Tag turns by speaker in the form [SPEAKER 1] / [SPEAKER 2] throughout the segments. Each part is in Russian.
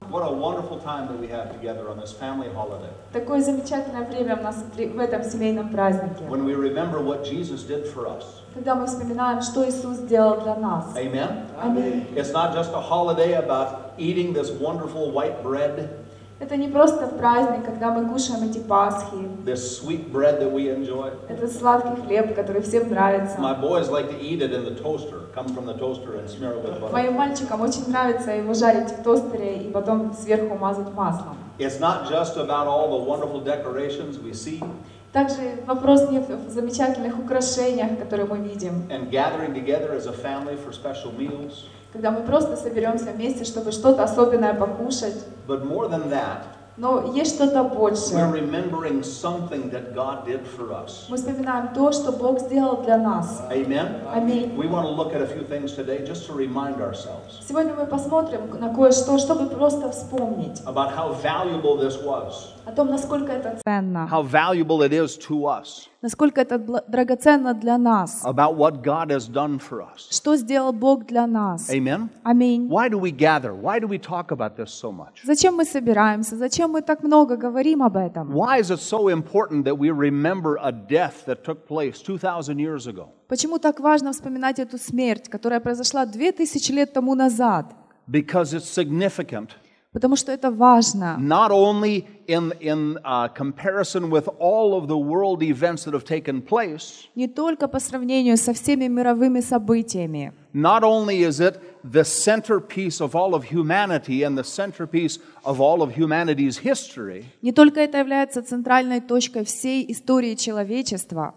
[SPEAKER 1] a wonderful time that we have together on this family holiday.
[SPEAKER 2] Такое замечательное время у нас при- в этом семейном празднике,
[SPEAKER 1] When we remember what Jesus did for us.
[SPEAKER 2] когда мы вспоминаем, что Иисус сделал для нас.
[SPEAKER 1] Amen?
[SPEAKER 2] Аминь.
[SPEAKER 1] It's not just a holiday about eating this wonderful white bread,
[SPEAKER 2] Это не просто праздник, когда мы кушаем эти Пасхи,
[SPEAKER 1] this sweet bread that we enjoy.
[SPEAKER 2] это сладкий хлеб, который всем
[SPEAKER 1] My
[SPEAKER 2] нравится.
[SPEAKER 1] boys like to eat it in the toaster, come from the toaster and smear it with butter.
[SPEAKER 2] Моим мальчикам очень нравится его жарить в тостере и потом сверху мазать маслом.
[SPEAKER 1] It's not just about all the wonderful decorations we see
[SPEAKER 2] Также вопрос не в в замечательных украшениях, которые мы видим,
[SPEAKER 1] and gathering together as a family for special meals,
[SPEAKER 2] когда мы просто соберемся вместе, чтобы что-то особенное покушать.
[SPEAKER 1] but more than that,
[SPEAKER 2] Но есть что-то
[SPEAKER 1] we're
[SPEAKER 2] большее.
[SPEAKER 1] remembering something that God did for us.
[SPEAKER 2] Мы вспоминаем то, что Бог сделал для нас.
[SPEAKER 1] Amen?
[SPEAKER 2] Аминь.
[SPEAKER 1] We want to look at a few things today just to remind ourselves
[SPEAKER 2] Сегодня мы посмотрим на кое-что, чтобы просто вспомнить
[SPEAKER 1] about how valuable this was,
[SPEAKER 2] о том, насколько это ценно,
[SPEAKER 1] how valuable it is to us,
[SPEAKER 2] насколько это бл- драгоценно для нас,
[SPEAKER 1] about what God has done for us.
[SPEAKER 2] что сделал Бог для нас.
[SPEAKER 1] Amen?
[SPEAKER 2] Аминь.
[SPEAKER 1] Why do we gather? Why do we talk about this so much?
[SPEAKER 2] Зачем мы собираемся? Зачем мы так много говорим об этом?
[SPEAKER 1] Why is it so important that we remember a death that took place 2,000 years ago?
[SPEAKER 2] Почему так важно вспоминать эту смерть, которая произошла 2000 лет тому назад?
[SPEAKER 1] Because it's significant,
[SPEAKER 2] Потому что это важно.
[SPEAKER 1] not only in, in uh, comparison with all of the world events that have taken place,
[SPEAKER 2] Не только по сравнению со всеми мировыми событиями.
[SPEAKER 1] not only is it the centerpiece of all of humanity and the centerpiece of all of humanity's history,
[SPEAKER 2] Не только это является центральной точкой всей истории человечества,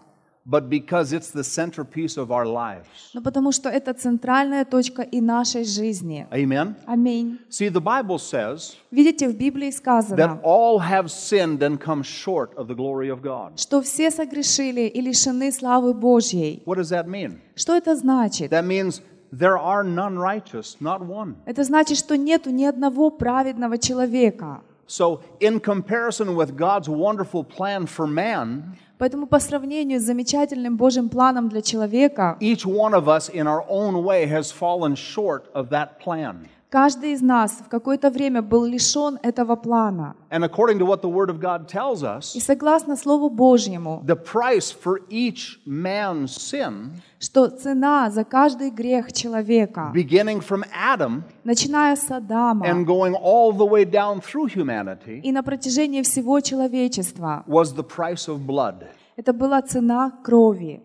[SPEAKER 1] but because it's the centerpiece of our lives.
[SPEAKER 2] но Ну, потому что это центральная точка и нашей жизни.
[SPEAKER 1] Amen?
[SPEAKER 2] Аминь.
[SPEAKER 1] See, the Bible says
[SPEAKER 2] Видите, в Библии
[SPEAKER 1] that
[SPEAKER 2] сказано,
[SPEAKER 1] all have sinned and come short of the glory of God.
[SPEAKER 2] что все согрешили и лишены славы Божьей.
[SPEAKER 1] What does that mean?
[SPEAKER 2] Что это значит?
[SPEAKER 1] That means there are none righteous, not one.
[SPEAKER 2] Это значит, что нету ни одного праведного человека.
[SPEAKER 1] So, in comparison with God's wonderful plan for man,
[SPEAKER 2] Поэтому по сравнению с замечательным Божьим планом для человека,
[SPEAKER 1] each one of us in our own way has fallen short of that plan.
[SPEAKER 2] каждый из нас в какое-то время был лишен этого плана.
[SPEAKER 1] And according to what the Word of God tells
[SPEAKER 2] И
[SPEAKER 1] us,
[SPEAKER 2] согласно Слову Божьему,
[SPEAKER 1] the price for each man's sin,
[SPEAKER 2] что цена за каждый грех человека,
[SPEAKER 1] beginning from Adam
[SPEAKER 2] начиная с Адама
[SPEAKER 1] and going all the way down through humanity,
[SPEAKER 2] и на протяжении всего человечества,
[SPEAKER 1] was the price of blood.
[SPEAKER 2] это была цена крови.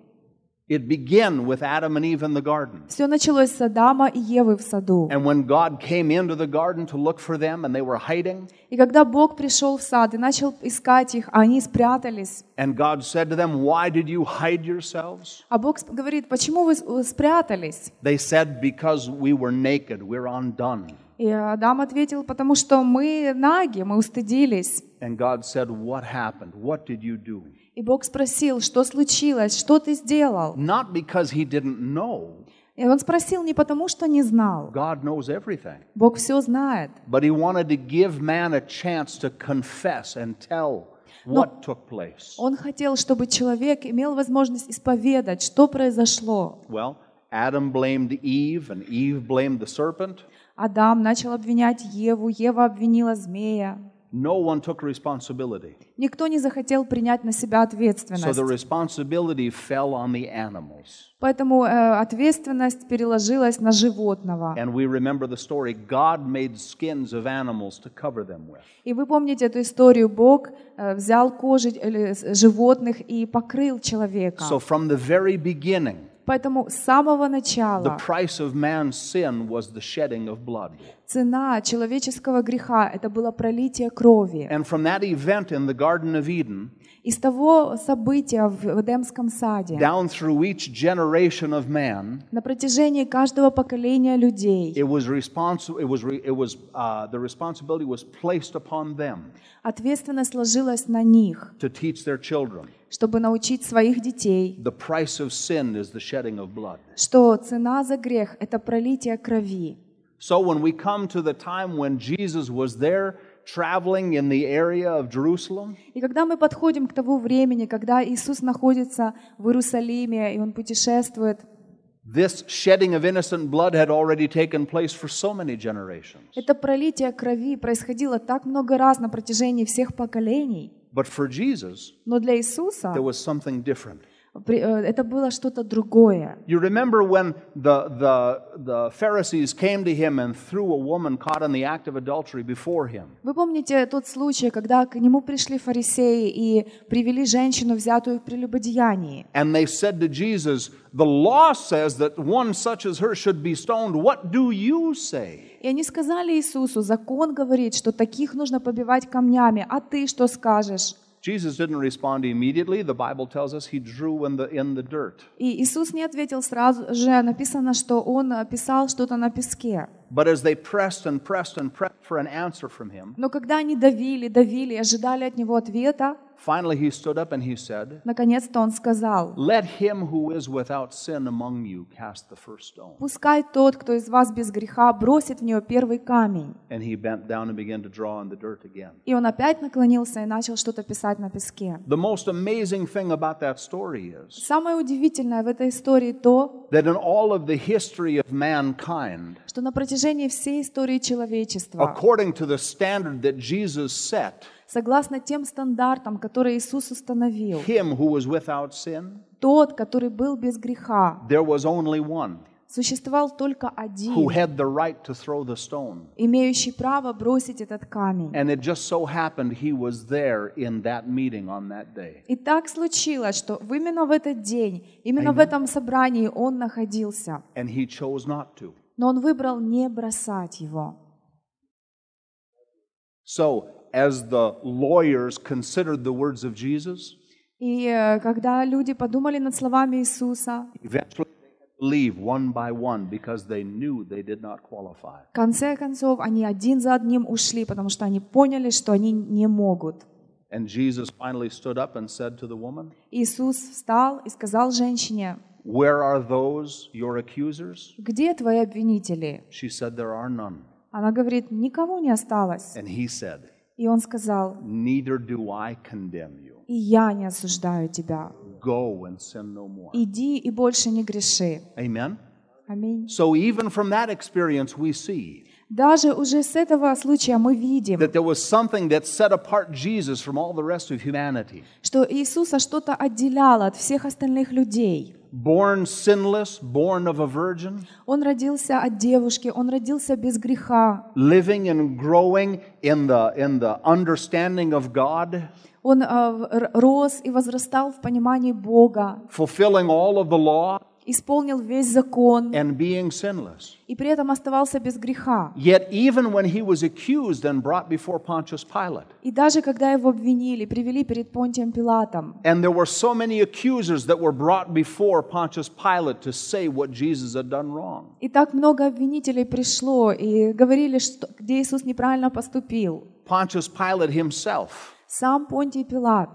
[SPEAKER 1] It began with Adam and Eve in the garden.
[SPEAKER 2] Все началось с Адама и Евы в саду.
[SPEAKER 1] And when God came into the garden to look for them and they were hiding,
[SPEAKER 2] И когда Бог пришел в сад и начал искать их, а они спрятались,
[SPEAKER 1] and God said to them, Why did you hide yourselves?
[SPEAKER 2] а Бог сп- говорит, почему вы с- э, спрятались?
[SPEAKER 1] They said, Because we were naked, we're undone.
[SPEAKER 2] И Адам ответил, потому что мы наги, мы устыдились.
[SPEAKER 1] And God said, What happened? What did you do?
[SPEAKER 2] И Бог спросил, что случилось, что ты сделал?
[SPEAKER 1] Not because He didn't know,
[SPEAKER 2] И он спросил не потому, что не знал.
[SPEAKER 1] God knows everything.
[SPEAKER 2] Бог все знает.
[SPEAKER 1] But He wanted to give man a chance to confess and tell what took place.
[SPEAKER 2] Он хотел, чтобы человек имел возможность исповедать, что произошло.
[SPEAKER 1] Well, Adam blamed Eve, and Eve blamed the serpent.
[SPEAKER 2] Адам начал обвинять Еву, Ева обвинила змея.
[SPEAKER 1] No one took responsibility.
[SPEAKER 2] Никто не захотел принять на себя
[SPEAKER 1] So the
[SPEAKER 2] ответственность.
[SPEAKER 1] responsibility fell on the animals.
[SPEAKER 2] Поэтому э, ответственность переложилась на животного.
[SPEAKER 1] And we remember the story God made skins of animals to cover them with.
[SPEAKER 2] И вы помните эту историю, Бог э, взял кожи э, с- животных и покрыл человека.
[SPEAKER 1] So from the very beginning,
[SPEAKER 2] Поэтому с самого
[SPEAKER 1] the
[SPEAKER 2] начала
[SPEAKER 1] price of man's sin was the shedding of blood.
[SPEAKER 2] цена человеческого греха — это было пролитие крови.
[SPEAKER 1] And from that event in the Garden of Eden,
[SPEAKER 2] Из того события в Эдемском саде
[SPEAKER 1] down through each generation of man,
[SPEAKER 2] На протяжении каждого поколения людей
[SPEAKER 1] it was responsible. It was. Re- it was. Uh, the responsibility was placed upon them
[SPEAKER 2] ответственность ложилась на них,
[SPEAKER 1] to teach their children.
[SPEAKER 2] чтобы научить своих детей,
[SPEAKER 1] The price of sin is the shedding of blood.
[SPEAKER 2] что цена за грех — это пролитие крови.
[SPEAKER 1] So when we come to the time when Jesus was there traveling in the area of Jerusalem,
[SPEAKER 2] И когда мы подходим к тому времени, когда Иисус находится в Иерусалиме, и Он путешествует,
[SPEAKER 1] This shedding of innocent blood had already taken place for so many generations.
[SPEAKER 2] Это пролитие крови происходило так много раз на протяжении всех поколений.
[SPEAKER 1] But for Jesus,
[SPEAKER 2] Но для Иисуса
[SPEAKER 1] there was something different.
[SPEAKER 2] при- э, это было что-то другое.
[SPEAKER 1] You remember when the, the, the Pharisees came to him and threw a woman caught in the act of adultery before him?
[SPEAKER 2] Вы помните тот случай, когда к нему пришли фарисеи и привели женщину, взятую в прелюбодеянии?
[SPEAKER 1] And they said to Jesus, The law says that one such as her should be stoned. What do you say?
[SPEAKER 2] И они сказали Иисусу, закон говорит, что таких нужно побивать камнями, а ты что скажешь?
[SPEAKER 1] Jesus didn't respond immediately. The Bible tells us he drew in the, in the dirt.
[SPEAKER 2] И Иисус не ответил сразу же, написано, что он э, писал что-то на песке.
[SPEAKER 1] But as they pressed and pressed and pressed for an answer from him,
[SPEAKER 2] Но когда они давили, давили, и ожидали от него ответа,
[SPEAKER 1] finally he stood up and he said,
[SPEAKER 2] наконец-то он сказал,
[SPEAKER 1] Let him who is without sin among you cast the first stone.
[SPEAKER 2] «Пускай тот, кто из вас без греха, бросит в нее первый камень».
[SPEAKER 1] And he bent down and began to draw in the dirt again.
[SPEAKER 2] И он опять наклонился и начал что-то писать на песке.
[SPEAKER 1] The most amazing thing about that story is
[SPEAKER 2] Самое удивительное в этой истории то,
[SPEAKER 1] that in all of the history of mankind,
[SPEAKER 2] что на протяжении всей истории человечества,
[SPEAKER 1] according to the standard that Jesus set,
[SPEAKER 2] согласно тем стандартам, которые Иисус установил,
[SPEAKER 1] him who was without sin,
[SPEAKER 2] тот, который был без греха,
[SPEAKER 1] there was only one
[SPEAKER 2] существовал только
[SPEAKER 1] who
[SPEAKER 2] один,
[SPEAKER 1] had the right to throw the stone.
[SPEAKER 2] имеющий право бросить этот камень.
[SPEAKER 1] And it just so happened he was there in that meeting on that day.
[SPEAKER 2] И так случилось, что в- именно в этот день, именно в этом собрании он находился,
[SPEAKER 1] And he chose not to.
[SPEAKER 2] но он выбрал не бросать его.
[SPEAKER 1] So, as the lawyers considered the words of Jesus,
[SPEAKER 2] И э, когда люди подумали над словами Иисуса,
[SPEAKER 1] eventually they had to leave one by one because they knew they did not qualify.
[SPEAKER 2] В конце концов, они один за одним ушли, потому что они поняли, что они не могут.
[SPEAKER 1] And Jesus finally stood up and said to the woman,
[SPEAKER 2] Иисус встал и сказал женщине,
[SPEAKER 1] Where are those, your accusers?
[SPEAKER 2] «Где твои обвинители?»
[SPEAKER 1] She said, There are none.
[SPEAKER 2] Она говорит, «Никого не осталось».
[SPEAKER 1] And he said,
[SPEAKER 2] И он сказал,
[SPEAKER 1] Neither do I condemn you.
[SPEAKER 2] «И я не осуждаю тебя.
[SPEAKER 1] Go and sin no more.
[SPEAKER 2] Иди и больше не греши».
[SPEAKER 1] Amen?
[SPEAKER 2] Аминь.
[SPEAKER 1] So, even from that experience, we see
[SPEAKER 2] Даже уже с этого случая мы видим,
[SPEAKER 1] that there was something that set apart Jesus from all the rest of humanity.
[SPEAKER 2] что Иисуса что-то отделяло от всех остальных людей.
[SPEAKER 1] Born sinless, born of a virgin,
[SPEAKER 2] Он родился от девушки, он родился без греха,
[SPEAKER 1] living and growing in the, in the understanding of God,
[SPEAKER 2] Он э, в- р- рос и возрастал в понимании Бога,
[SPEAKER 1] fulfilling all of the law,
[SPEAKER 2] исполнил весь закон
[SPEAKER 1] and being sinless.
[SPEAKER 2] и при этом оставался без греха.
[SPEAKER 1] Yet, even when he was accused and brought before Pontius Pilate,
[SPEAKER 2] И даже когда его обвинили, привели перед Понтием Пилатом,
[SPEAKER 1] and there were so many accusers that were brought before Pontius Pilate to say what Jesus had done wrong.
[SPEAKER 2] и так много обвинителей пришло и говорили, что, где Иисус неправильно поступил.
[SPEAKER 1] Pontius Pilate himself
[SPEAKER 2] Сам Понтий Пилат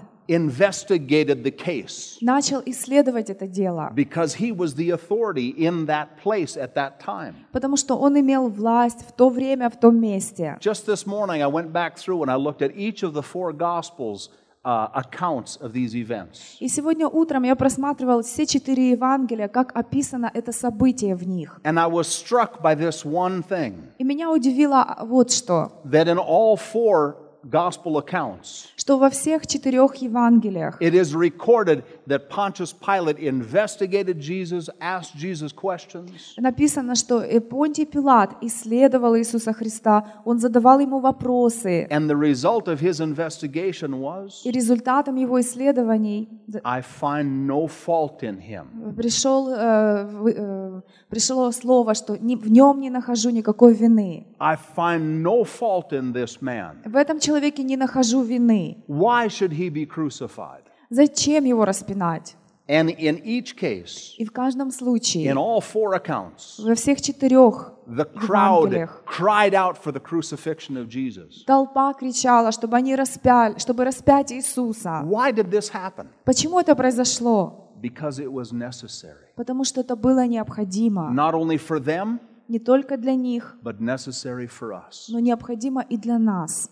[SPEAKER 1] investigated the case
[SPEAKER 2] начал исследовать это дело,
[SPEAKER 1] because he was the authority in that place at that time.
[SPEAKER 2] потому что он имел власть в то время, в том месте.
[SPEAKER 1] Just this morning, I went back through and I looked at each of the four Gospels' uh, accounts of these events.
[SPEAKER 2] И сегодня утром я просматривал все четыре Евангелия, как описано это событие в них.
[SPEAKER 1] And I was struck by this one thing
[SPEAKER 2] И меня удивило а, вот что.
[SPEAKER 1] that in all four Gospel accounts,
[SPEAKER 2] что во всех четырех Евангелиях
[SPEAKER 1] It is recorded that Pontius Pilate investigated Jesus, asked Jesus questions,
[SPEAKER 2] написано, что э, Понтий Пилат исследовал Иисуса Христа, он задавал ему вопросы,
[SPEAKER 1] and the result of his investigation was
[SPEAKER 2] и результатом его исследований за-
[SPEAKER 1] I find no fault in him.
[SPEAKER 2] пришел, э, вы- э, пришло слово, что ни- в нем не нахожу никакой вины.
[SPEAKER 1] I find no fault in this man.
[SPEAKER 2] В этом человеке не нахожу вины.
[SPEAKER 1] Why should he be crucified?
[SPEAKER 2] Зачем его распинать?
[SPEAKER 1] And in each case,
[SPEAKER 2] И в каждом
[SPEAKER 1] in
[SPEAKER 2] случае,
[SPEAKER 1] all four accounts,
[SPEAKER 2] во всех четырех
[SPEAKER 1] the crowd
[SPEAKER 2] Евангелиях.
[SPEAKER 1] cried out for the crucifixion of Jesus.
[SPEAKER 2] толпа кричала, чтобы они распяли, чтобы распять Иисуса.
[SPEAKER 1] Why did this happen?
[SPEAKER 2] Почему это произошло?
[SPEAKER 1] Because it was necessary,
[SPEAKER 2] потому что это было необходимо
[SPEAKER 1] not only for them,
[SPEAKER 2] не только для них,
[SPEAKER 1] but necessary for us.
[SPEAKER 2] но необходимо и для нас.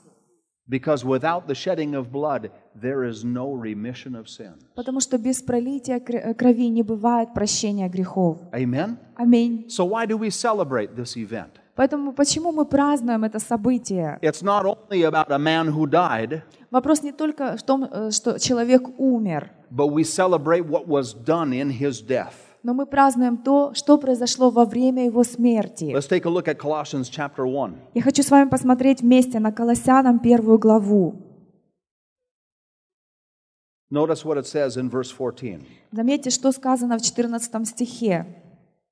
[SPEAKER 1] Because without the shedding of blood, there is no remission of sin.
[SPEAKER 2] Потому что без пролития кр- крови не бывает прощения грехов.
[SPEAKER 1] Amen?
[SPEAKER 2] Аминь.
[SPEAKER 1] So, why do we celebrate this event?
[SPEAKER 2] Поэтому почему мы празднуем это событие?
[SPEAKER 1] It's not only about a man who died,
[SPEAKER 2] Вопрос не только в том, э, что человек умер,
[SPEAKER 1] but we celebrate what was done in his death.
[SPEAKER 2] но мы празднуем то, что произошло во время его смерти.
[SPEAKER 1] Let's take a look at Colossians chapter 1.
[SPEAKER 2] Я хочу с вами посмотреть вместе на Колоссянам первую главу.
[SPEAKER 1] Notice what it says in verse 14.
[SPEAKER 2] Заметьте, что сказано в 14 стихе.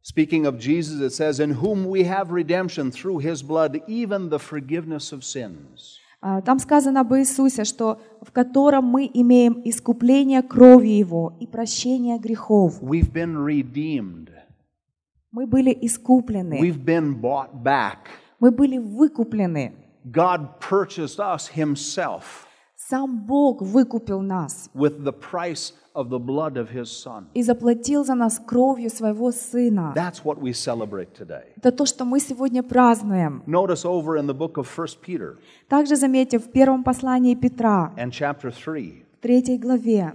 [SPEAKER 1] Speaking of Jesus, it says, In whom we have redemption through his blood, even the forgiveness of sins.
[SPEAKER 2] А, Там сказано об Иисусе, что в котором мы имеем искупление крови Его и прощение грехов.
[SPEAKER 1] We've been redeemed,
[SPEAKER 2] Мы были искуплены,
[SPEAKER 1] we've been bought back.
[SPEAKER 2] мы были выкуплены.
[SPEAKER 1] God purchased us himself
[SPEAKER 2] Сам Бог выкупил нас
[SPEAKER 1] with the price of the blood of his son.
[SPEAKER 2] и заплатил за нас кровью Своего Сына.
[SPEAKER 1] That's what we celebrate today.
[SPEAKER 2] Это то, что мы сегодня празднуем.
[SPEAKER 1] Notice over in the book of 1 Peter
[SPEAKER 2] Также заметьте в первом послании Петра,
[SPEAKER 1] and chapter 3,
[SPEAKER 2] в третьей главе,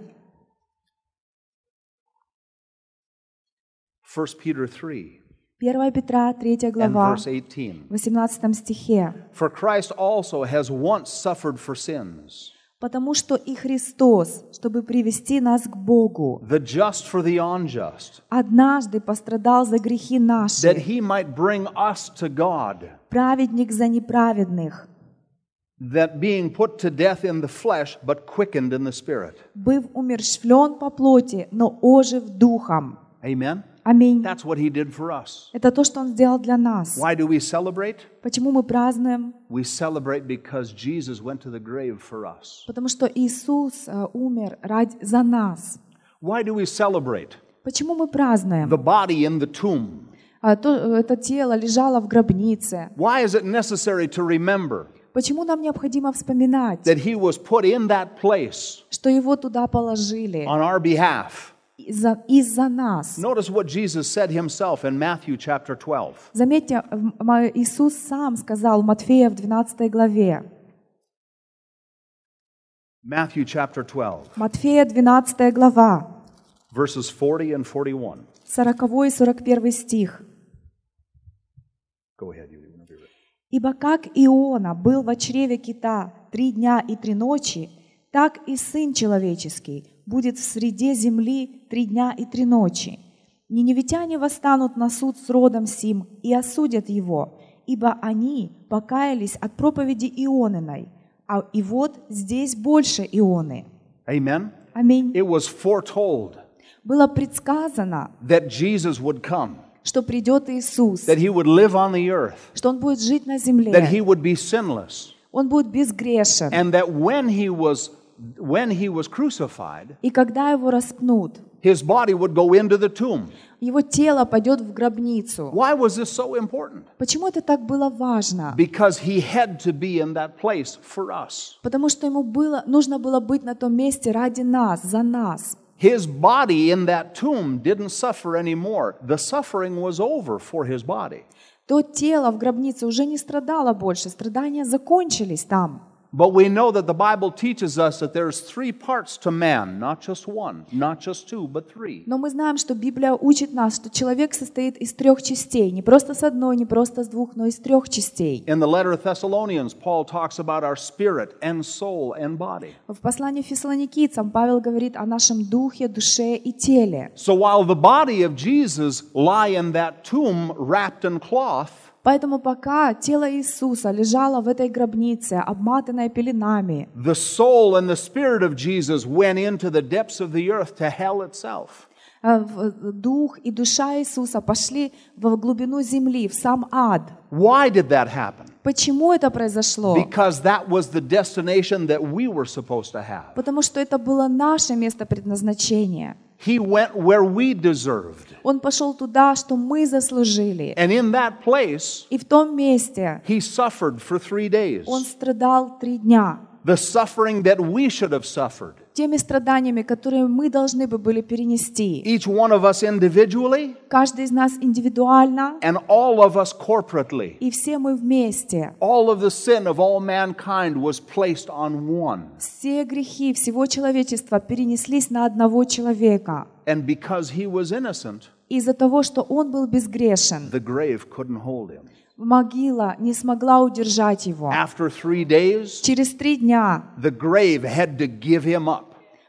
[SPEAKER 1] 1 Peter 3
[SPEAKER 2] 1 Петра, 3
[SPEAKER 1] and
[SPEAKER 2] глава,
[SPEAKER 1] verse 18.
[SPEAKER 2] в 18 стихе.
[SPEAKER 1] For Christ also has once suffered for sins,
[SPEAKER 2] «Потому что и Христос, чтобы привести нас к Богу,
[SPEAKER 1] the just for the unjust,
[SPEAKER 2] однажды пострадал за грехи
[SPEAKER 1] that
[SPEAKER 2] наши,
[SPEAKER 1] he might bring us to God,
[SPEAKER 2] праведник за неправедных,
[SPEAKER 1] that being put to death in the flesh, but quickened in the spirit.
[SPEAKER 2] быв умершвлен по плоти, но ожив духом».
[SPEAKER 1] Amen?
[SPEAKER 2] Аминь.
[SPEAKER 1] That's what he did for us.
[SPEAKER 2] Это то, что Он сделал для нас.
[SPEAKER 1] Why do we celebrate?
[SPEAKER 2] Почему мы празднуем?
[SPEAKER 1] We celebrate because Jesus went to the grave for us.
[SPEAKER 2] Потому что Иисус э, умер ради, за нас.
[SPEAKER 1] Why do we celebrate?
[SPEAKER 2] Почему мы празднуем?
[SPEAKER 1] The body in the tomb.
[SPEAKER 2] А то, э, это тело лежало в гробнице.
[SPEAKER 1] Why is it necessary to remember
[SPEAKER 2] Почему нам необходимо вспоминать,
[SPEAKER 1] that he was put in that place
[SPEAKER 2] что Его туда положили
[SPEAKER 1] on our behalf?
[SPEAKER 2] из-за, из-за нас?
[SPEAKER 1] Notice what Jesus said himself in Matthew chapter 12.
[SPEAKER 2] Заметьте, в- м- Иисус сам сказал Матфея в 12 главе.
[SPEAKER 1] Matthew chapter 12,
[SPEAKER 2] Матфея 12 глава,
[SPEAKER 1] verses 40 and 41.
[SPEAKER 2] 40 и 41 стих.
[SPEAKER 1] Go ahead, you want to be ready.
[SPEAKER 2] «Ибо как Иона был во чреве кита три дня и три ночи, так и Сын Человеческий будет в среде земли три дня и три ночи. Ниневитяне восстанут на суд с родом сим и осудят его, ибо они покаялись от проповеди Ионыной, а и вот здесь больше Ионы».
[SPEAKER 1] Amen.
[SPEAKER 2] Аминь.
[SPEAKER 1] It was foretold
[SPEAKER 2] Было предсказано,
[SPEAKER 1] that Jesus would come,
[SPEAKER 2] что придет Иисус,
[SPEAKER 1] that he would live on the earth,
[SPEAKER 2] что Он будет жить на
[SPEAKER 1] that
[SPEAKER 2] земле,
[SPEAKER 1] he would be sinless,
[SPEAKER 2] Он будет безгрешен.
[SPEAKER 1] and that when he was when he was crucified,
[SPEAKER 2] И когда Его распнут,
[SPEAKER 1] his body would go into the tomb.
[SPEAKER 2] Его тело пойдет в гробницу.
[SPEAKER 1] Why was this so important?
[SPEAKER 2] Почему это так было важно?
[SPEAKER 1] Because he had to be in that place for us.
[SPEAKER 2] Потому что ему было, нужно было быть на том месте ради нас, за нас.
[SPEAKER 1] His body in that tomb didn't suffer anymore. The suffering was over for his body.
[SPEAKER 2] То тело в гробнице уже не страдало больше, страдания закончились там.
[SPEAKER 1] But we know that the Bible teaches us that there's three parts to man, not just one, not just two, but three.
[SPEAKER 2] Но мы знаем, что Библия учит нас, что человек состоит из трех частей, не просто с одной, не просто с двух, но из трех частей.
[SPEAKER 1] In the letter of Thessalonians, Paul talks about our spirit and soul and body.
[SPEAKER 2] В послании фессалоникийцам Павел говорит о нашем духе, душе и теле.
[SPEAKER 1] So while the body of Jesus lie in that tomb wrapped in cloth,
[SPEAKER 2] Поэтому пока тело Иисуса лежало в этой гробнице, обматанное пеленами,
[SPEAKER 1] the soul and the spirit of Jesus went into the depths of the earth to hell itself.
[SPEAKER 2] э, в- дух и душа Иисуса пошли в глубину земли, в сам ад.
[SPEAKER 1] Why did that happen?
[SPEAKER 2] Почему это произошло?
[SPEAKER 1] Because that was the destination that we were supposed to have.
[SPEAKER 2] Потому что это было наше место предназначения.
[SPEAKER 1] He went where we deserved.
[SPEAKER 2] Он пошел туда, что мы заслужили.
[SPEAKER 1] And in that place,
[SPEAKER 2] И в том месте
[SPEAKER 1] he suffered for three days.
[SPEAKER 2] он страдал три дня.
[SPEAKER 1] The suffering that we should have suffered.
[SPEAKER 2] теми страданиями, которые мы должны бы были перенести.
[SPEAKER 1] each one of us individually
[SPEAKER 2] Каждый из нас индивидуально,
[SPEAKER 1] and all of us corporately.
[SPEAKER 2] и все мы вместе.
[SPEAKER 1] All of the sin of all mankind was placed on one.
[SPEAKER 2] Все грехи всего человечества перенеслись на одного человека.
[SPEAKER 1] And because he was innocent,
[SPEAKER 2] Из-за того, что он был безгрешен,
[SPEAKER 1] the grave couldn't hold him.
[SPEAKER 2] могила не смогла удержать его.
[SPEAKER 1] After three days,
[SPEAKER 2] Через три дня
[SPEAKER 1] the grave had to give him up.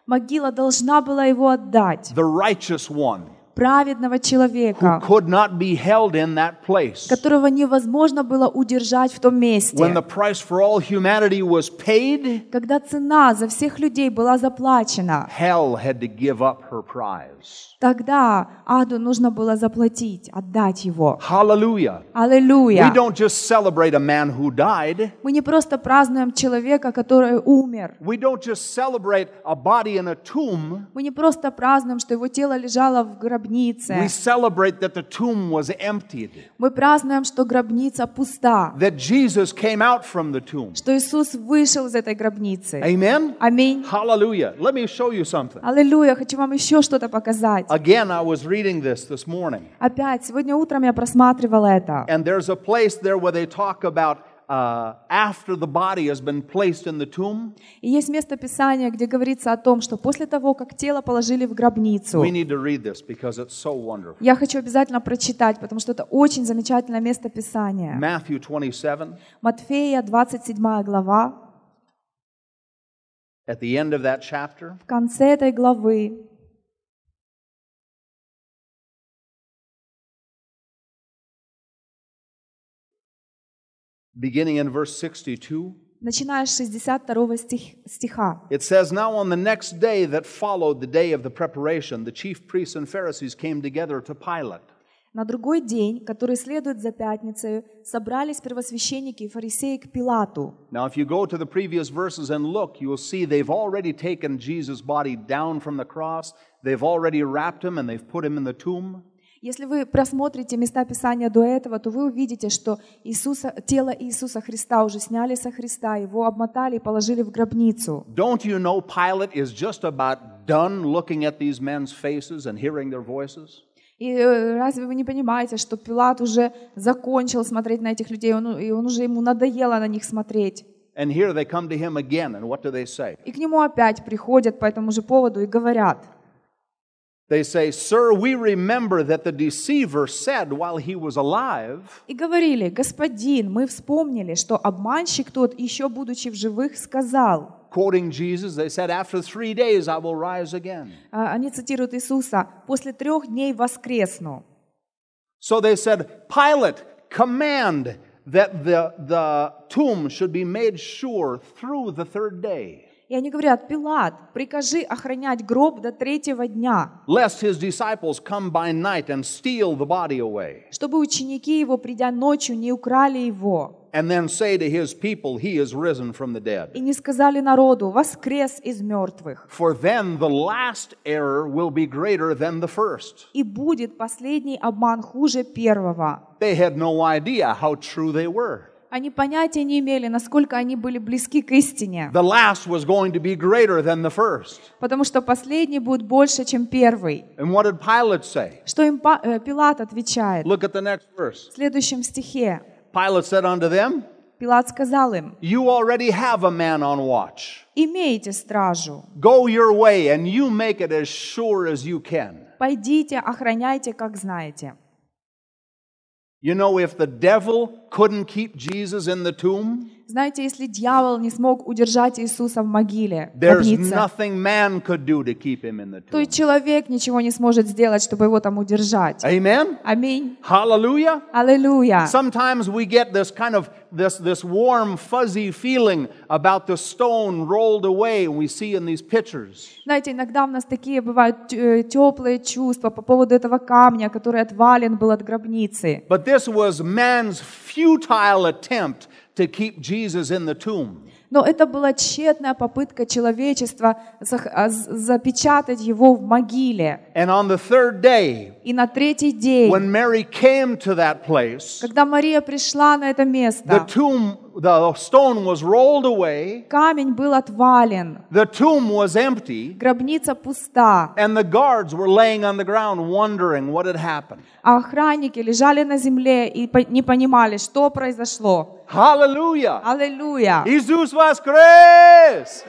[SPEAKER 2] могила должна была его отдать,
[SPEAKER 1] The righteous one
[SPEAKER 2] праведного
[SPEAKER 1] who
[SPEAKER 2] человека,
[SPEAKER 1] could not be held in that place.
[SPEAKER 2] которого невозможно было удержать в том
[SPEAKER 1] When the
[SPEAKER 2] месте.
[SPEAKER 1] price for all humanity was paid,
[SPEAKER 2] Когда цена за всех людей была заплачена,
[SPEAKER 1] hell had to give up her prize.
[SPEAKER 2] тогда аду нужно было заплатить, отдать его.
[SPEAKER 1] Hallelujah. We
[SPEAKER 2] Аллилуйя!
[SPEAKER 1] don't just celebrate a man who died.
[SPEAKER 2] Мы не просто празднуем человека, который умер,
[SPEAKER 1] We don't just celebrate a body in a tomb.
[SPEAKER 2] Мы не просто празднуем, что его тело лежало в гробнице.
[SPEAKER 1] We celebrate that the tomb was emptied,
[SPEAKER 2] Мы празднуем, что гробница пуста,
[SPEAKER 1] that Jesus came out from the tomb.
[SPEAKER 2] что Иисус вышел из этой гробницы.
[SPEAKER 1] Amen?
[SPEAKER 2] Аминь.
[SPEAKER 1] Hallelujah. Let me show you something.
[SPEAKER 2] Аллилуйя, хочу вам еще что-то показать.
[SPEAKER 1] Again, I was reading this this morning,
[SPEAKER 2] Опять, сегодня утром я просматривала это.
[SPEAKER 1] and there's a place there where they talk about uh, after the body has been placed in the tomb,
[SPEAKER 2] И есть место Писания, где говорится о том, что после того, как тело положили в гробницу,
[SPEAKER 1] we need to read this because it's so wonderful.
[SPEAKER 2] я хочу обязательно прочитать, потому что это очень замечательное место Писания.
[SPEAKER 1] Matthew 27.
[SPEAKER 2] Матфея, 27 глава,
[SPEAKER 1] At the end of that chapter,
[SPEAKER 2] в конце этой главы,
[SPEAKER 1] beginning in verse 62,
[SPEAKER 2] начиная с 62 стих- стиха.
[SPEAKER 1] it says, Now on the next day that followed the day of the preparation, the chief priests and Pharisees came together to Pilate.
[SPEAKER 2] На другой день, который следует за пятницей, собрались первосвященники и фарисеи к Пилату.
[SPEAKER 1] Now, if you go to the previous verses and look, you will see they've already taken Jesus' body down from the cross. They've already wrapped him and they've put him in the tomb.
[SPEAKER 2] Если вы просмотрите места Писания до этого, то вы увидите, что Иисуса, тело Иисуса Христа уже сняли со Христа, его обмотали и положили в гробницу.
[SPEAKER 1] Don't you know Pilate is just about done looking at these men's faces and hearing their voices?
[SPEAKER 2] И э, разве вы не понимаете, что Пилат уже закончил смотреть на этих людей, он, у- и он уже ему надоело на них смотреть?
[SPEAKER 1] And here they come to him again, and what do they say?
[SPEAKER 2] И к нему опять приходят по этому же поводу и говорят,
[SPEAKER 1] They say, Sir, we remember that the deceiver said while he was alive,
[SPEAKER 2] И говорили, «Господин, мы вспомнили, что обманщик тот, еще будучи в живых, сказал».
[SPEAKER 1] quoting Jesus, they said, After three days I will rise again.
[SPEAKER 2] А, Они цитируют Иисуса, «После трех дней воскресну».
[SPEAKER 1] So they said, Pilate, command that the, the tomb should be made sure through the third day,
[SPEAKER 2] И они говорят, «Пилат, прикажи охранять гроб до третьего дня,
[SPEAKER 1] lest his disciples come by night and steal the body away,
[SPEAKER 2] чтобы ученики его, придя ночью, не украли его».
[SPEAKER 1] and then say to his people, He is risen from the dead.
[SPEAKER 2] И не сказали народу, «Воскрес из мертвых».
[SPEAKER 1] For then the last error will be greater than the first.
[SPEAKER 2] И будет последний обман хуже первого.
[SPEAKER 1] They had no idea how true they were.
[SPEAKER 2] Они понятия не имели, насколько они были близки к истине,
[SPEAKER 1] The last was going to be greater than the first.
[SPEAKER 2] потому что последний будет больше, чем первый.
[SPEAKER 1] And what did Pilate say?
[SPEAKER 2] Что им Па- э, Пилат отвечает
[SPEAKER 1] Look at the next verse.
[SPEAKER 2] в следующем стихе.
[SPEAKER 1] Pilate said unto them,
[SPEAKER 2] Пилат сказал им,
[SPEAKER 1] You already have a man on watch.
[SPEAKER 2] имейте стражу,
[SPEAKER 1] Go your way, and you make it as sure as you can.
[SPEAKER 2] пойдите, охраняйте, как знаете.
[SPEAKER 1] You know, if the devil couldn't keep Jesus in the tomb,
[SPEAKER 2] Знаете, если дьявол не смог удержать Иисуса в могиле, в
[SPEAKER 1] there's
[SPEAKER 2] гробнице,
[SPEAKER 1] nothing man could do to keep him in the
[SPEAKER 2] то и
[SPEAKER 1] tomb.
[SPEAKER 2] человек ничего не сможет сделать, чтобы его там удержать.
[SPEAKER 1] Amen?
[SPEAKER 2] Аминь.
[SPEAKER 1] Hallelujah?
[SPEAKER 2] Аллилуйя.
[SPEAKER 1] Sometimes we get this kind of this this warm fuzzy feeling about the stone rolled away we see in these pictures.
[SPEAKER 2] Знаете, иногда у нас такие бывают э, теплые чувства по поводу этого камня, который отвален был от гробницы.
[SPEAKER 1] But this was man's futile attempt to keep Jesus in the tomb.
[SPEAKER 2] Но это была тщетная попытка человечества зах- а, з- запечатать его в могиле.
[SPEAKER 1] And on the third day,
[SPEAKER 2] И на третий день,
[SPEAKER 1] when Mary came to that place,
[SPEAKER 2] когда Мария пришла на это
[SPEAKER 1] the
[SPEAKER 2] место,
[SPEAKER 1] tomb the stone was rolled away,
[SPEAKER 2] Камень был отвален,
[SPEAKER 1] the tomb was empty,
[SPEAKER 2] гробница пуста,
[SPEAKER 1] and the guards were laying on the ground wondering what had happened.
[SPEAKER 2] а охранники лежали на земле и по- не понимали, что произошло. Ah.
[SPEAKER 1] Hallelujah!
[SPEAKER 2] Аллилуйя!
[SPEAKER 1] Jesus Christ!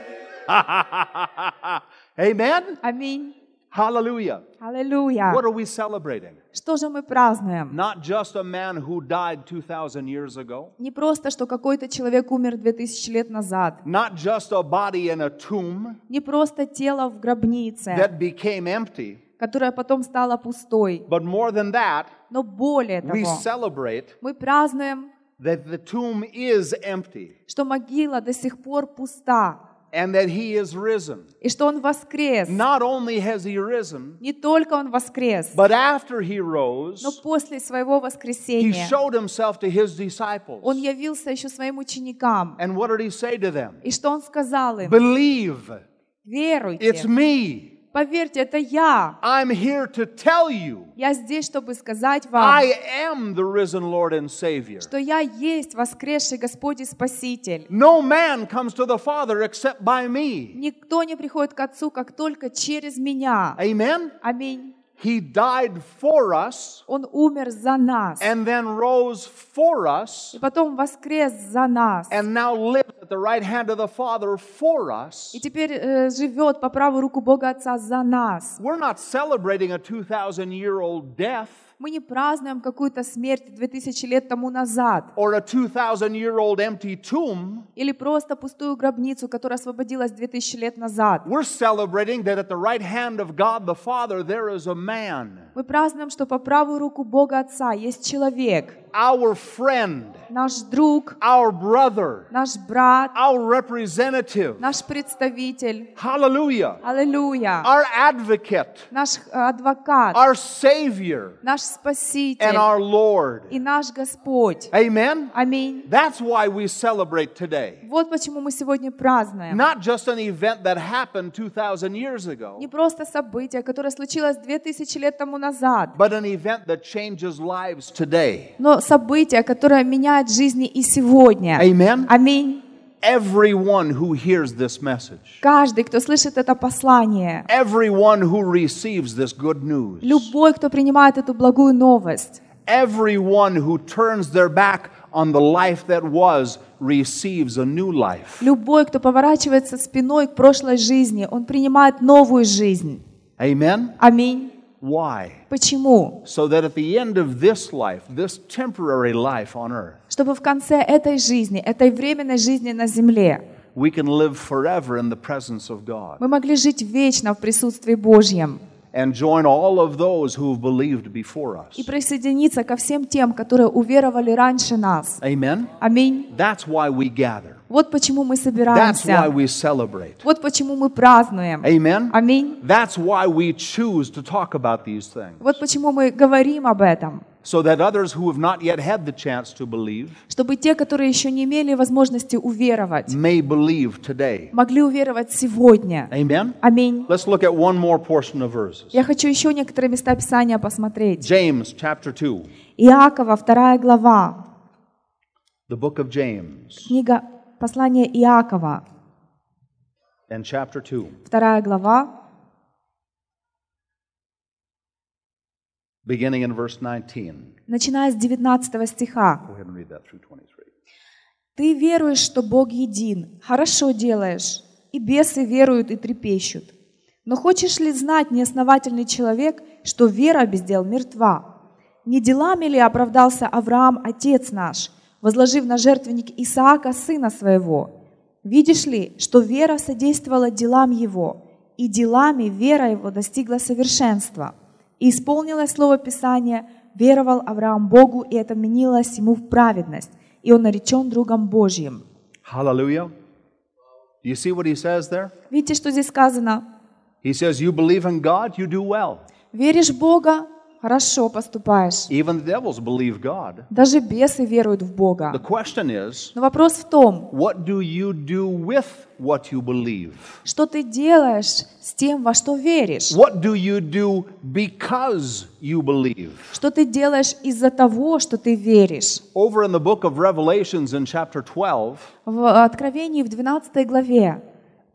[SPEAKER 1] Amen?
[SPEAKER 2] Аминь!
[SPEAKER 1] Hallelujah.
[SPEAKER 2] Аллилуйя!
[SPEAKER 1] What are we celebrating?
[SPEAKER 2] Что же мы празднуем?
[SPEAKER 1] Not just a man who died 2,000 years ago,
[SPEAKER 2] Не просто, что какой-то человек умер 2000 лет назад,
[SPEAKER 1] not just a body in a tomb
[SPEAKER 2] не просто тело в гробнице,
[SPEAKER 1] that became empty,
[SPEAKER 2] которое потом стало пустой,
[SPEAKER 1] but more than that,
[SPEAKER 2] но более
[SPEAKER 1] we
[SPEAKER 2] того,
[SPEAKER 1] celebrate
[SPEAKER 2] мы празднуем,
[SPEAKER 1] that the tomb is empty
[SPEAKER 2] что могила до сих пор пуста,
[SPEAKER 1] and that he is risen.
[SPEAKER 2] и что Он воскрес.
[SPEAKER 1] Not only has he risen,
[SPEAKER 2] Не только Он воскрес,
[SPEAKER 1] but after he
[SPEAKER 2] но
[SPEAKER 1] rose,
[SPEAKER 2] после Своего
[SPEAKER 1] he
[SPEAKER 2] воскресения
[SPEAKER 1] showed himself to his
[SPEAKER 2] Он
[SPEAKER 1] disciples.
[SPEAKER 2] явился еще Своим ученикам.
[SPEAKER 1] And what did he say to them?
[SPEAKER 2] И что Он сказал им?
[SPEAKER 1] Believe, it's
[SPEAKER 2] Веруйте,
[SPEAKER 1] me.
[SPEAKER 2] поверьте, это Я.
[SPEAKER 1] I'm here to tell you,
[SPEAKER 2] Я здесь, чтобы сказать вам,
[SPEAKER 1] I am the risen Lord and Savior.
[SPEAKER 2] что Я есть воскресший Господь и Спаситель.
[SPEAKER 1] No man comes to the Father except by me.
[SPEAKER 2] Никто не приходит к Отцу, как только через меня.
[SPEAKER 1] Amen?
[SPEAKER 2] Аминь.
[SPEAKER 1] He died for us
[SPEAKER 2] Он умер за нас.
[SPEAKER 1] and then rose for us
[SPEAKER 2] И потом воскрес за нас.
[SPEAKER 1] and now lives at the right hand of the Father for us.
[SPEAKER 2] И теперь э, живет по правую руку Бога Отца за нас.
[SPEAKER 1] We're not celebrating a 2,000 year old death
[SPEAKER 2] Мы не празднуем какую-то смерть 2000 лет тому назад.
[SPEAKER 1] or a 2,000 year old empty tomb.
[SPEAKER 2] Или просто пустую гробницу, которая освободилась 2000 лет назад.
[SPEAKER 1] We're celebrating that at the right hand of God the Father there is a man,
[SPEAKER 2] Мы празднуем, что по правую руку Бога Отца есть человек.
[SPEAKER 1] our friend.
[SPEAKER 2] Наш друг,
[SPEAKER 1] our brother,
[SPEAKER 2] наш брат,
[SPEAKER 1] our representative.
[SPEAKER 2] наш представитель.
[SPEAKER 1] Hallelujah.
[SPEAKER 2] Аллилуйя.
[SPEAKER 1] Our advocate,
[SPEAKER 2] Наш э, адвокат.
[SPEAKER 1] our savior,
[SPEAKER 2] наш
[SPEAKER 1] and
[SPEAKER 2] Спаситель
[SPEAKER 1] our Lord.
[SPEAKER 2] и наш Господь.
[SPEAKER 1] Amen.
[SPEAKER 2] Аминь.
[SPEAKER 1] That's why we celebrate today.
[SPEAKER 2] Вот почему мы сегодня празднуем.
[SPEAKER 1] Not just an event that happened 2,000 years ago,
[SPEAKER 2] Не просто событие, которое случилось 2000 лет тому назад,
[SPEAKER 1] but an event that changes lives today.
[SPEAKER 2] но событие, которое меняет жизни и сегодня.
[SPEAKER 1] Amen.
[SPEAKER 2] Аминь.
[SPEAKER 1] Everyone who hears this message,
[SPEAKER 2] Каждый, кто слышит это послание,
[SPEAKER 1] everyone who receives this good news,
[SPEAKER 2] любой, кто принимает эту благую новость,
[SPEAKER 1] everyone who turns their back on the life that was receives a new life.
[SPEAKER 2] любой, кто поворачивается спиной к прошлой жизни, он принимает новую жизнь.
[SPEAKER 1] Amen?
[SPEAKER 2] Аминь.
[SPEAKER 1] Why?
[SPEAKER 2] Почему?
[SPEAKER 1] So that at the end of this life, this temporary life on earth,
[SPEAKER 2] Чтобы в конце этой жизни, этой временной жизни на земле,
[SPEAKER 1] we can live forever in the presence of God
[SPEAKER 2] мы могли жить вечно в присутствии Божьем
[SPEAKER 1] and join all of those who've believed before us.
[SPEAKER 2] и присоединиться ко всем тем, которые уверовали раньше нас.
[SPEAKER 1] Amen?
[SPEAKER 2] Аминь.
[SPEAKER 1] That's why we gather.
[SPEAKER 2] Вот почему мы
[SPEAKER 1] That's why
[SPEAKER 2] собираемся.
[SPEAKER 1] we celebrate.
[SPEAKER 2] Вот почему мы празднуем.
[SPEAKER 1] Amen?
[SPEAKER 2] Аминь.
[SPEAKER 1] That's why we choose to talk about these things.
[SPEAKER 2] Вот почему мы говорим об этом,
[SPEAKER 1] So that others who have not yet had the chance to believe
[SPEAKER 2] чтобы те, которые еще не имели возможности уверовать,
[SPEAKER 1] may believe today.
[SPEAKER 2] могли уверовать сегодня.
[SPEAKER 1] Amen?
[SPEAKER 2] Аминь.
[SPEAKER 1] Let's look at one more portion of verses.
[SPEAKER 2] Я хочу еще некоторые места Писания посмотреть.
[SPEAKER 1] James chapter 2,
[SPEAKER 2] Иакова, вторая глава,
[SPEAKER 1] the book of James,
[SPEAKER 2] книга послание Иакова,
[SPEAKER 1] and chapter 2,
[SPEAKER 2] вторая глава,
[SPEAKER 1] beginning in verse 19.
[SPEAKER 2] начиная с 19 стиха.
[SPEAKER 1] Go ahead and read that through 23.
[SPEAKER 2] Ты веруешь, что Бог един, хорошо делаешь, и бесы веруют и трепещут. Но хочешь ли знать, неосновательный человек, что вера без дел мертва? Не делами ли оправдался Авраам, отец наш, возложив на жертвенник Исаака, сына своего? Видишь ли, что вера содействовала делам его, и делами вера его достигла совершенства? И исполнилось слово Писания, веровал Авраам Богу, и это менилось ему в праведность, и он наречен другом Божьим.
[SPEAKER 1] Hallelujah. Do you see what he says there?
[SPEAKER 2] Видите, что здесь сказано?
[SPEAKER 1] He says, You believe in God, you do well.
[SPEAKER 2] Веришь в Бога, хорошо поступаешь.
[SPEAKER 1] Even the devils believe God.
[SPEAKER 2] Даже бесы веруют в
[SPEAKER 1] The
[SPEAKER 2] Бога.
[SPEAKER 1] question is,
[SPEAKER 2] Но вопрос в том,
[SPEAKER 1] what do you do with what you believe?
[SPEAKER 2] что ты делаешь с тем, во что веришь?
[SPEAKER 1] What do you do because you believe?
[SPEAKER 2] Что ты делаешь из-за того, что ты веришь?
[SPEAKER 1] Over in the book of Revelations in chapter 12,
[SPEAKER 2] В Откровении в 12 главе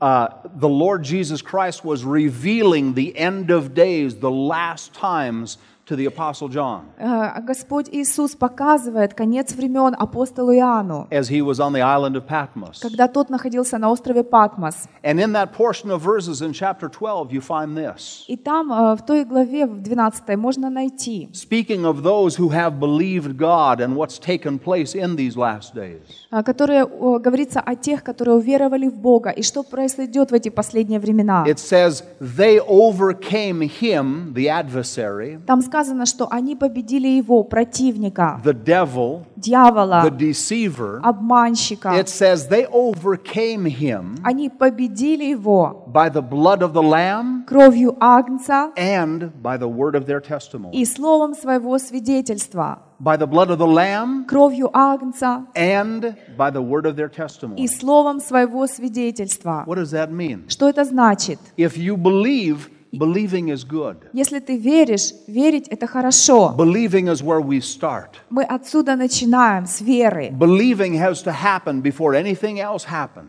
[SPEAKER 1] uh, the Lord Jesus Christ was revealing the end of days, the last times to the Apostle John
[SPEAKER 2] э, Господь Иисус показывает конец времен апостолу Иоанну,
[SPEAKER 1] as he was on the island of Patmos.
[SPEAKER 2] когда тот находился на острове Патмос.
[SPEAKER 1] And in that portion of verses in chapter 12, you find this
[SPEAKER 2] И там, э, в той главе, в 12 можно найти,
[SPEAKER 1] speaking of those who have believed God and what's taken place in these last days.
[SPEAKER 2] э, которые о, говорится о тех, которые уверовали в Бога, и что произойдет в эти последние времена.
[SPEAKER 1] It says, They overcame him, the adversary,
[SPEAKER 2] Там сказано, что они победили его, противника,
[SPEAKER 1] the devil, the
[SPEAKER 2] дьявола,
[SPEAKER 1] deceiver.
[SPEAKER 2] Oh, обманщика.
[SPEAKER 1] It says, They overcame him
[SPEAKER 2] Они победили его
[SPEAKER 1] by the blood of the Lamb
[SPEAKER 2] кровью Агнца
[SPEAKER 1] and by the word of their testimony.
[SPEAKER 2] и словом своего свидетельства.
[SPEAKER 1] By the blood of the Lamb
[SPEAKER 2] Кровью Агнца
[SPEAKER 1] and by the word of their
[SPEAKER 2] и
[SPEAKER 1] testimony.
[SPEAKER 2] словом своего свидетельства.
[SPEAKER 1] What does that mean?
[SPEAKER 2] Что это значит?
[SPEAKER 1] If you believe, believing is good.
[SPEAKER 2] Если ты веришь, верить это хорошо.
[SPEAKER 1] Believing is where we start.
[SPEAKER 2] Мы отсюда начинаем с веры.
[SPEAKER 1] Believing has to happen before anything else happens.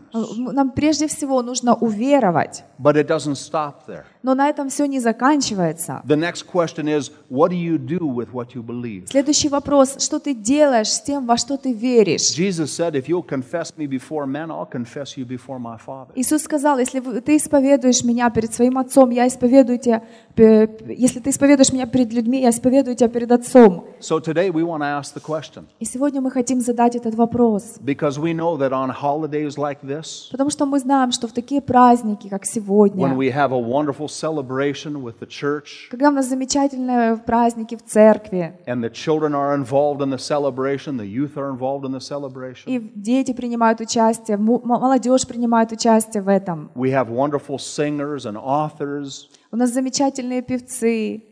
[SPEAKER 2] Нам прежде всего нужно уверовать.
[SPEAKER 1] But it doesn't stop there.
[SPEAKER 2] Но на этом все не заканчивается.
[SPEAKER 1] The next question is what do you do with what you believe?
[SPEAKER 2] Следующий вопрос. Что ты делаешь с тем, во что ты веришь?
[SPEAKER 1] Jesus said, If you'll confess me before men, I'll confess you before my Father.
[SPEAKER 2] Иисус сказал, если вы- ты исповедуешь меня перед своим отцом, я исповедую тебя, пе- пе- если ты исповедуешь меня перед людьми, я исповедую тебя перед отцом.
[SPEAKER 1] So today we want to ask the question
[SPEAKER 2] И сегодня мы хотим задать этот вопрос,
[SPEAKER 1] because we know that on holidays like this,
[SPEAKER 2] потому что мы знаем, что в такие праздники, как
[SPEAKER 1] when
[SPEAKER 2] сегодня,
[SPEAKER 1] we have a wonderful celebration with the church
[SPEAKER 2] когда у нас замечательные праздники в церкви,
[SPEAKER 1] and the children are involved in the celebration, the youth are involved in the celebration.
[SPEAKER 2] и дети принимают участие, му- м- молодежь принимает участие в этом.
[SPEAKER 1] We have wonderful singers and authors.
[SPEAKER 2] У нас замечательные певцы,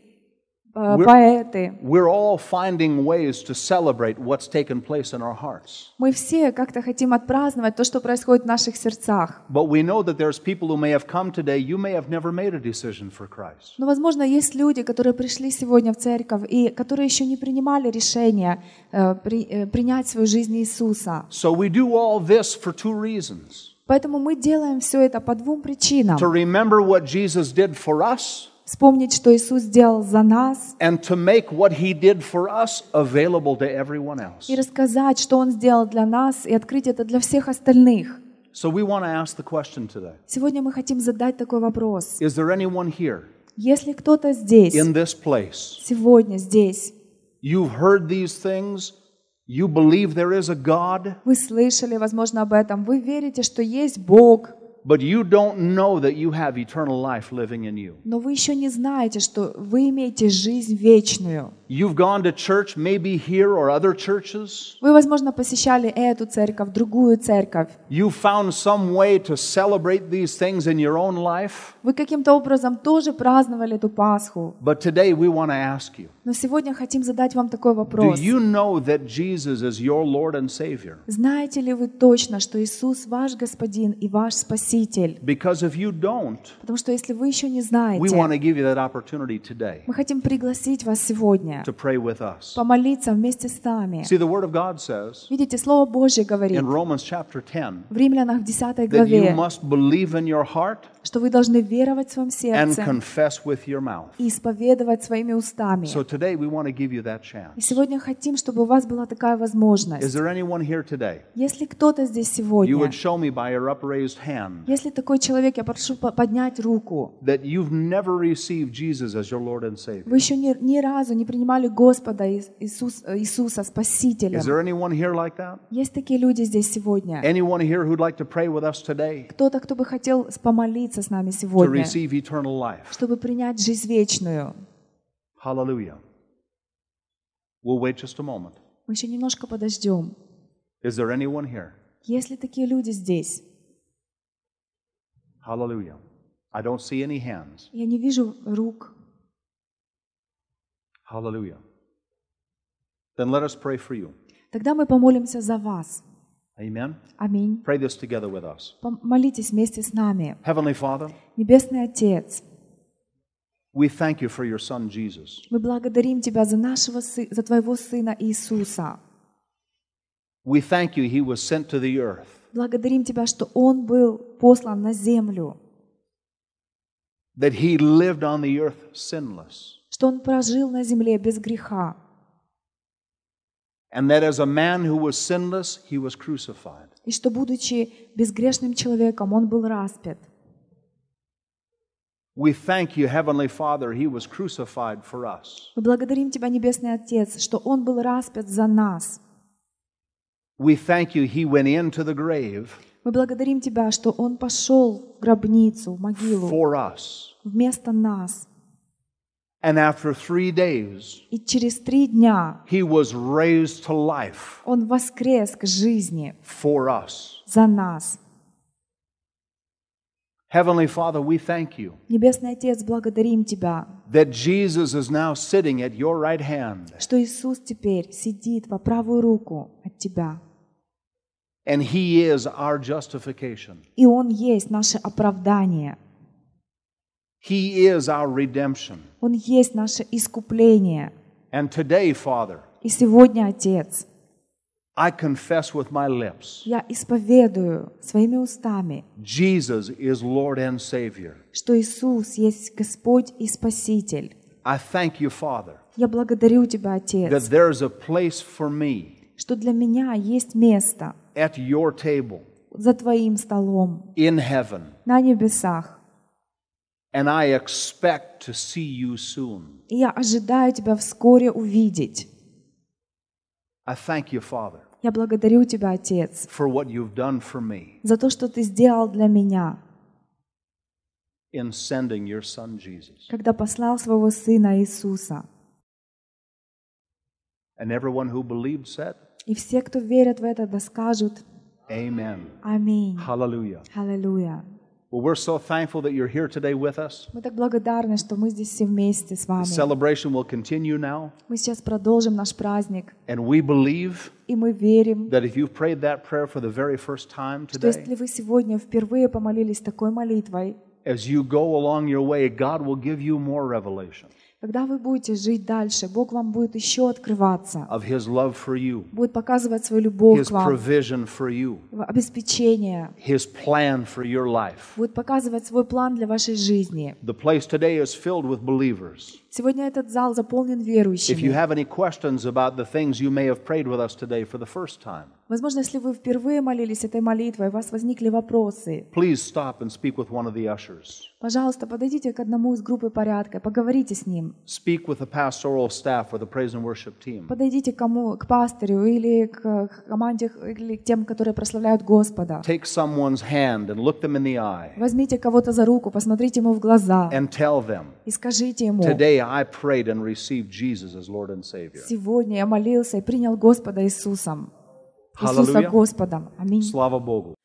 [SPEAKER 2] э,
[SPEAKER 1] We're-
[SPEAKER 2] поэты.
[SPEAKER 1] We're all finding ways to celebrate what's taken place in our hearts.
[SPEAKER 2] Мы все как-то хотим отпраздновать то, что происходит в наших сердцах.
[SPEAKER 1] But we know that there's people who may have come today, you may have never made a decision for Christ.
[SPEAKER 2] Но, возможно, есть люди, которые пришли сегодня в церковь и которые еще не принимали решение э, при- э, принять в свою жизнь Иисуса.
[SPEAKER 1] So we do all this for two reasons
[SPEAKER 2] Поэтому мы делаем все это по двум причинам.
[SPEAKER 1] to remember what Jesus did for us
[SPEAKER 2] Вспомнить, что Иисус сделал за нас,
[SPEAKER 1] and to make what he did for us available to everyone else.
[SPEAKER 2] и рассказать, что Он сделал для нас, и открыть это для всех остальных.
[SPEAKER 1] So we want to ask the question today
[SPEAKER 2] Сегодня мы хотим задать такой вопрос.
[SPEAKER 1] Is there anyone here
[SPEAKER 2] Если кто-то здесь,
[SPEAKER 1] in this place?
[SPEAKER 2] сегодня здесь,
[SPEAKER 1] You've heard these things, you believe there is a God,
[SPEAKER 2] вы слышали, возможно, об этом, вы верите, что есть Бог,
[SPEAKER 1] but you don't know that you have eternal life living in you.
[SPEAKER 2] но вы еще не знаете, что вы имеете жизнь вечную.
[SPEAKER 1] You've gone to church, maybe here or other churches.
[SPEAKER 2] Вы, возможно, посещали эту церковь, другую церковь.
[SPEAKER 1] You found some way to celebrate these things in your own life,
[SPEAKER 2] Вы каким-то образом тоже праздновали эту Пасху.
[SPEAKER 1] but today we want to ask you
[SPEAKER 2] Но сегодня хотим задать вам такой
[SPEAKER 1] Do
[SPEAKER 2] вопрос.
[SPEAKER 1] you know that Jesus is your Lord and Savior?
[SPEAKER 2] Знаете ли вы точно, что Иисус ваш Господин и ваш Спаситель?
[SPEAKER 1] Because if you don't,
[SPEAKER 2] Потому что если вы еще не
[SPEAKER 1] we want
[SPEAKER 2] знаете,
[SPEAKER 1] to give you that opportunity today
[SPEAKER 2] мы хотим пригласить вас сегодня
[SPEAKER 1] to pray with us.
[SPEAKER 2] помолиться вместе с нами.
[SPEAKER 1] See, the Word of God says
[SPEAKER 2] Видите, Слово Божье говорит
[SPEAKER 1] in Romans chapter 10
[SPEAKER 2] в Римлянах 10
[SPEAKER 1] that you
[SPEAKER 2] главе,
[SPEAKER 1] must believe in your heart
[SPEAKER 2] что вы должны веровать в своем
[SPEAKER 1] and
[SPEAKER 2] сердце
[SPEAKER 1] confess with your mouth.
[SPEAKER 2] и исповедовать своими устами.
[SPEAKER 1] So today we want to give you that chance.
[SPEAKER 2] И сегодня хотим, чтобы у вас была такая
[SPEAKER 1] Is
[SPEAKER 2] возможность.
[SPEAKER 1] there anyone here today?
[SPEAKER 2] Если кто-то здесь
[SPEAKER 1] You
[SPEAKER 2] сегодня,
[SPEAKER 1] would show me by your upraised hand
[SPEAKER 2] если такой человек, я прошу по- поднять руку.
[SPEAKER 1] that you've never received Jesus as your Lord and Savior.
[SPEAKER 2] Вы еще ни, ни разу не принимали Господа Иис- Иисус- э, Иисуса Спасителем.
[SPEAKER 1] Is there anyone here like that?
[SPEAKER 2] Есть такие люди здесь сегодня.
[SPEAKER 1] Anyone here who'd like to pray with us today
[SPEAKER 2] Кто-то, кто бы хотел с- помолиться с нами
[SPEAKER 1] to
[SPEAKER 2] сегодня,
[SPEAKER 1] receive eternal life?
[SPEAKER 2] чтобы принять жизнь вечную.
[SPEAKER 1] Hallelujah. We'll wait just a moment.
[SPEAKER 2] Мы еще немножко подождем.
[SPEAKER 1] Is there anyone here?
[SPEAKER 2] Есть ли такие люди здесь?
[SPEAKER 1] Hallelujah. I don't see any hands.
[SPEAKER 2] Я не вижу рук.
[SPEAKER 1] Hallelujah. Then let us pray for you.
[SPEAKER 2] Тогда мы помолимся за вас.
[SPEAKER 1] Amen.
[SPEAKER 2] Аминь.
[SPEAKER 1] Pray this together with us.
[SPEAKER 2] Помолитесь вместе с нами.
[SPEAKER 1] Heavenly Father,
[SPEAKER 2] Небесный Отец,
[SPEAKER 1] we thank you for your son Jesus.
[SPEAKER 2] мы благодарим Тебя за нашего Сы- за Твоего Сына Иисуса.
[SPEAKER 1] We thank you he was sent to the earth
[SPEAKER 2] Благодарим Тебя, что Он был послан на землю,
[SPEAKER 1] that he lived on the earth sinless,
[SPEAKER 2] что Он прожил на земле без греха,
[SPEAKER 1] and that as a man who was sinless, he was crucified.
[SPEAKER 2] и что, будучи безгрешным человеком, Он был распят.
[SPEAKER 1] We thank you, Heavenly Father, he was crucified for us.
[SPEAKER 2] Мы благодарим Тебя, Небесный Отец, что Он был распят за нас.
[SPEAKER 1] We thank you, he went into the grave
[SPEAKER 2] Мы благодарим Тебя, что Он пошел в гробницу, в могилу
[SPEAKER 1] for us.
[SPEAKER 2] вместо нас.
[SPEAKER 1] And after three days,
[SPEAKER 2] И через три дня
[SPEAKER 1] he was raised to life
[SPEAKER 2] Он воскрес к жизни
[SPEAKER 1] for us.
[SPEAKER 2] за нас.
[SPEAKER 1] Heavenly Father, we thank you
[SPEAKER 2] Небесный Отец, благодарим Тебя,
[SPEAKER 1] that Jesus is now sitting at your right hand,
[SPEAKER 2] что Иисус теперь сидит по правую руку от Тебя.
[SPEAKER 1] and he is our justification.
[SPEAKER 2] И Он есть наше оправдание.
[SPEAKER 1] He is our redemption.
[SPEAKER 2] Он есть наше искупление.
[SPEAKER 1] And today, Father,
[SPEAKER 2] И сегодня, Отец,
[SPEAKER 1] I confess with my lips
[SPEAKER 2] я исповедую своими устами,
[SPEAKER 1] Jesus is Lord and Savior.
[SPEAKER 2] что Иисус есть Господь и Спаситель.
[SPEAKER 1] I thank you, Father,
[SPEAKER 2] Я благодарю Тебя,
[SPEAKER 1] that
[SPEAKER 2] Отец,
[SPEAKER 1] there's a place for me
[SPEAKER 2] что для меня есть место
[SPEAKER 1] at your table
[SPEAKER 2] за Твоим столом
[SPEAKER 1] in heaven,
[SPEAKER 2] на небесах.
[SPEAKER 1] and I expect to see you soon.
[SPEAKER 2] И я ожидаю Тебя вскоре увидеть.
[SPEAKER 1] I thank you, Father,
[SPEAKER 2] Я благодарю Тебя, Отец,
[SPEAKER 1] for what you've done for me
[SPEAKER 2] за то, что Ты сделал для меня,
[SPEAKER 1] in sending your Son Jesus.
[SPEAKER 2] когда послал своего Сына Иисуса.
[SPEAKER 1] And everyone who believed said,
[SPEAKER 2] И все, кто верят в это, да скажут
[SPEAKER 1] Amen.
[SPEAKER 2] «Аминь».
[SPEAKER 1] Hallelujah.
[SPEAKER 2] Аллилуйя.
[SPEAKER 1] Well, we're so thankful that you're here today with us.
[SPEAKER 2] Мы так благодарны, что мы здесь все вместе с
[SPEAKER 1] The
[SPEAKER 2] вами.
[SPEAKER 1] celebration will continue now,
[SPEAKER 2] Мы сейчас продолжим наш праздник,
[SPEAKER 1] and we believe
[SPEAKER 2] и мы верим,
[SPEAKER 1] that if you've prayed that prayer for the very first time
[SPEAKER 2] что
[SPEAKER 1] today,
[SPEAKER 2] если вы сегодня впервые помолились такой молитвой,
[SPEAKER 1] as you go along your way, God will give you more revelation
[SPEAKER 2] когда вы будете жить дальше, Бог вам будет еще открываться,
[SPEAKER 1] of His love for you,
[SPEAKER 2] будет показывать свою любовь
[SPEAKER 1] His
[SPEAKER 2] к вам,
[SPEAKER 1] provision for you,
[SPEAKER 2] его обеспечение,
[SPEAKER 1] His plan for your life.
[SPEAKER 2] будет показывать свой план для вашей жизни.
[SPEAKER 1] The place today is filled with believers.
[SPEAKER 2] Сегодня этот зал заполнен
[SPEAKER 1] If you
[SPEAKER 2] верующими.
[SPEAKER 1] have any questions about the things you may have prayed with us today for the first time,
[SPEAKER 2] Возможно, если вы впервые молились этой молитвой, у вас возникли вопросы,
[SPEAKER 1] please stop and speak with one of the ushers.
[SPEAKER 2] пожалуйста, подойдите к одному из группы порядка, поговорите с ним,
[SPEAKER 1] Speak with the pastoral staff or the praise and worship team.
[SPEAKER 2] подойдите к, кому, к пастырю или к, к команде, или к тем, которые прославляют Господа.
[SPEAKER 1] Take someone's hand and look them in the eye
[SPEAKER 2] Возьмите кого-то за руку, посмотрите ему в глаза
[SPEAKER 1] and tell them,
[SPEAKER 2] и скажите ему,
[SPEAKER 1] Today I prayed and received Jesus as Lord and Savior.
[SPEAKER 2] сегодня я молился и принял Господа Иисусом. Иисуса
[SPEAKER 1] Hallelujah.
[SPEAKER 2] Господом. Аминь.
[SPEAKER 1] Slava Bogu.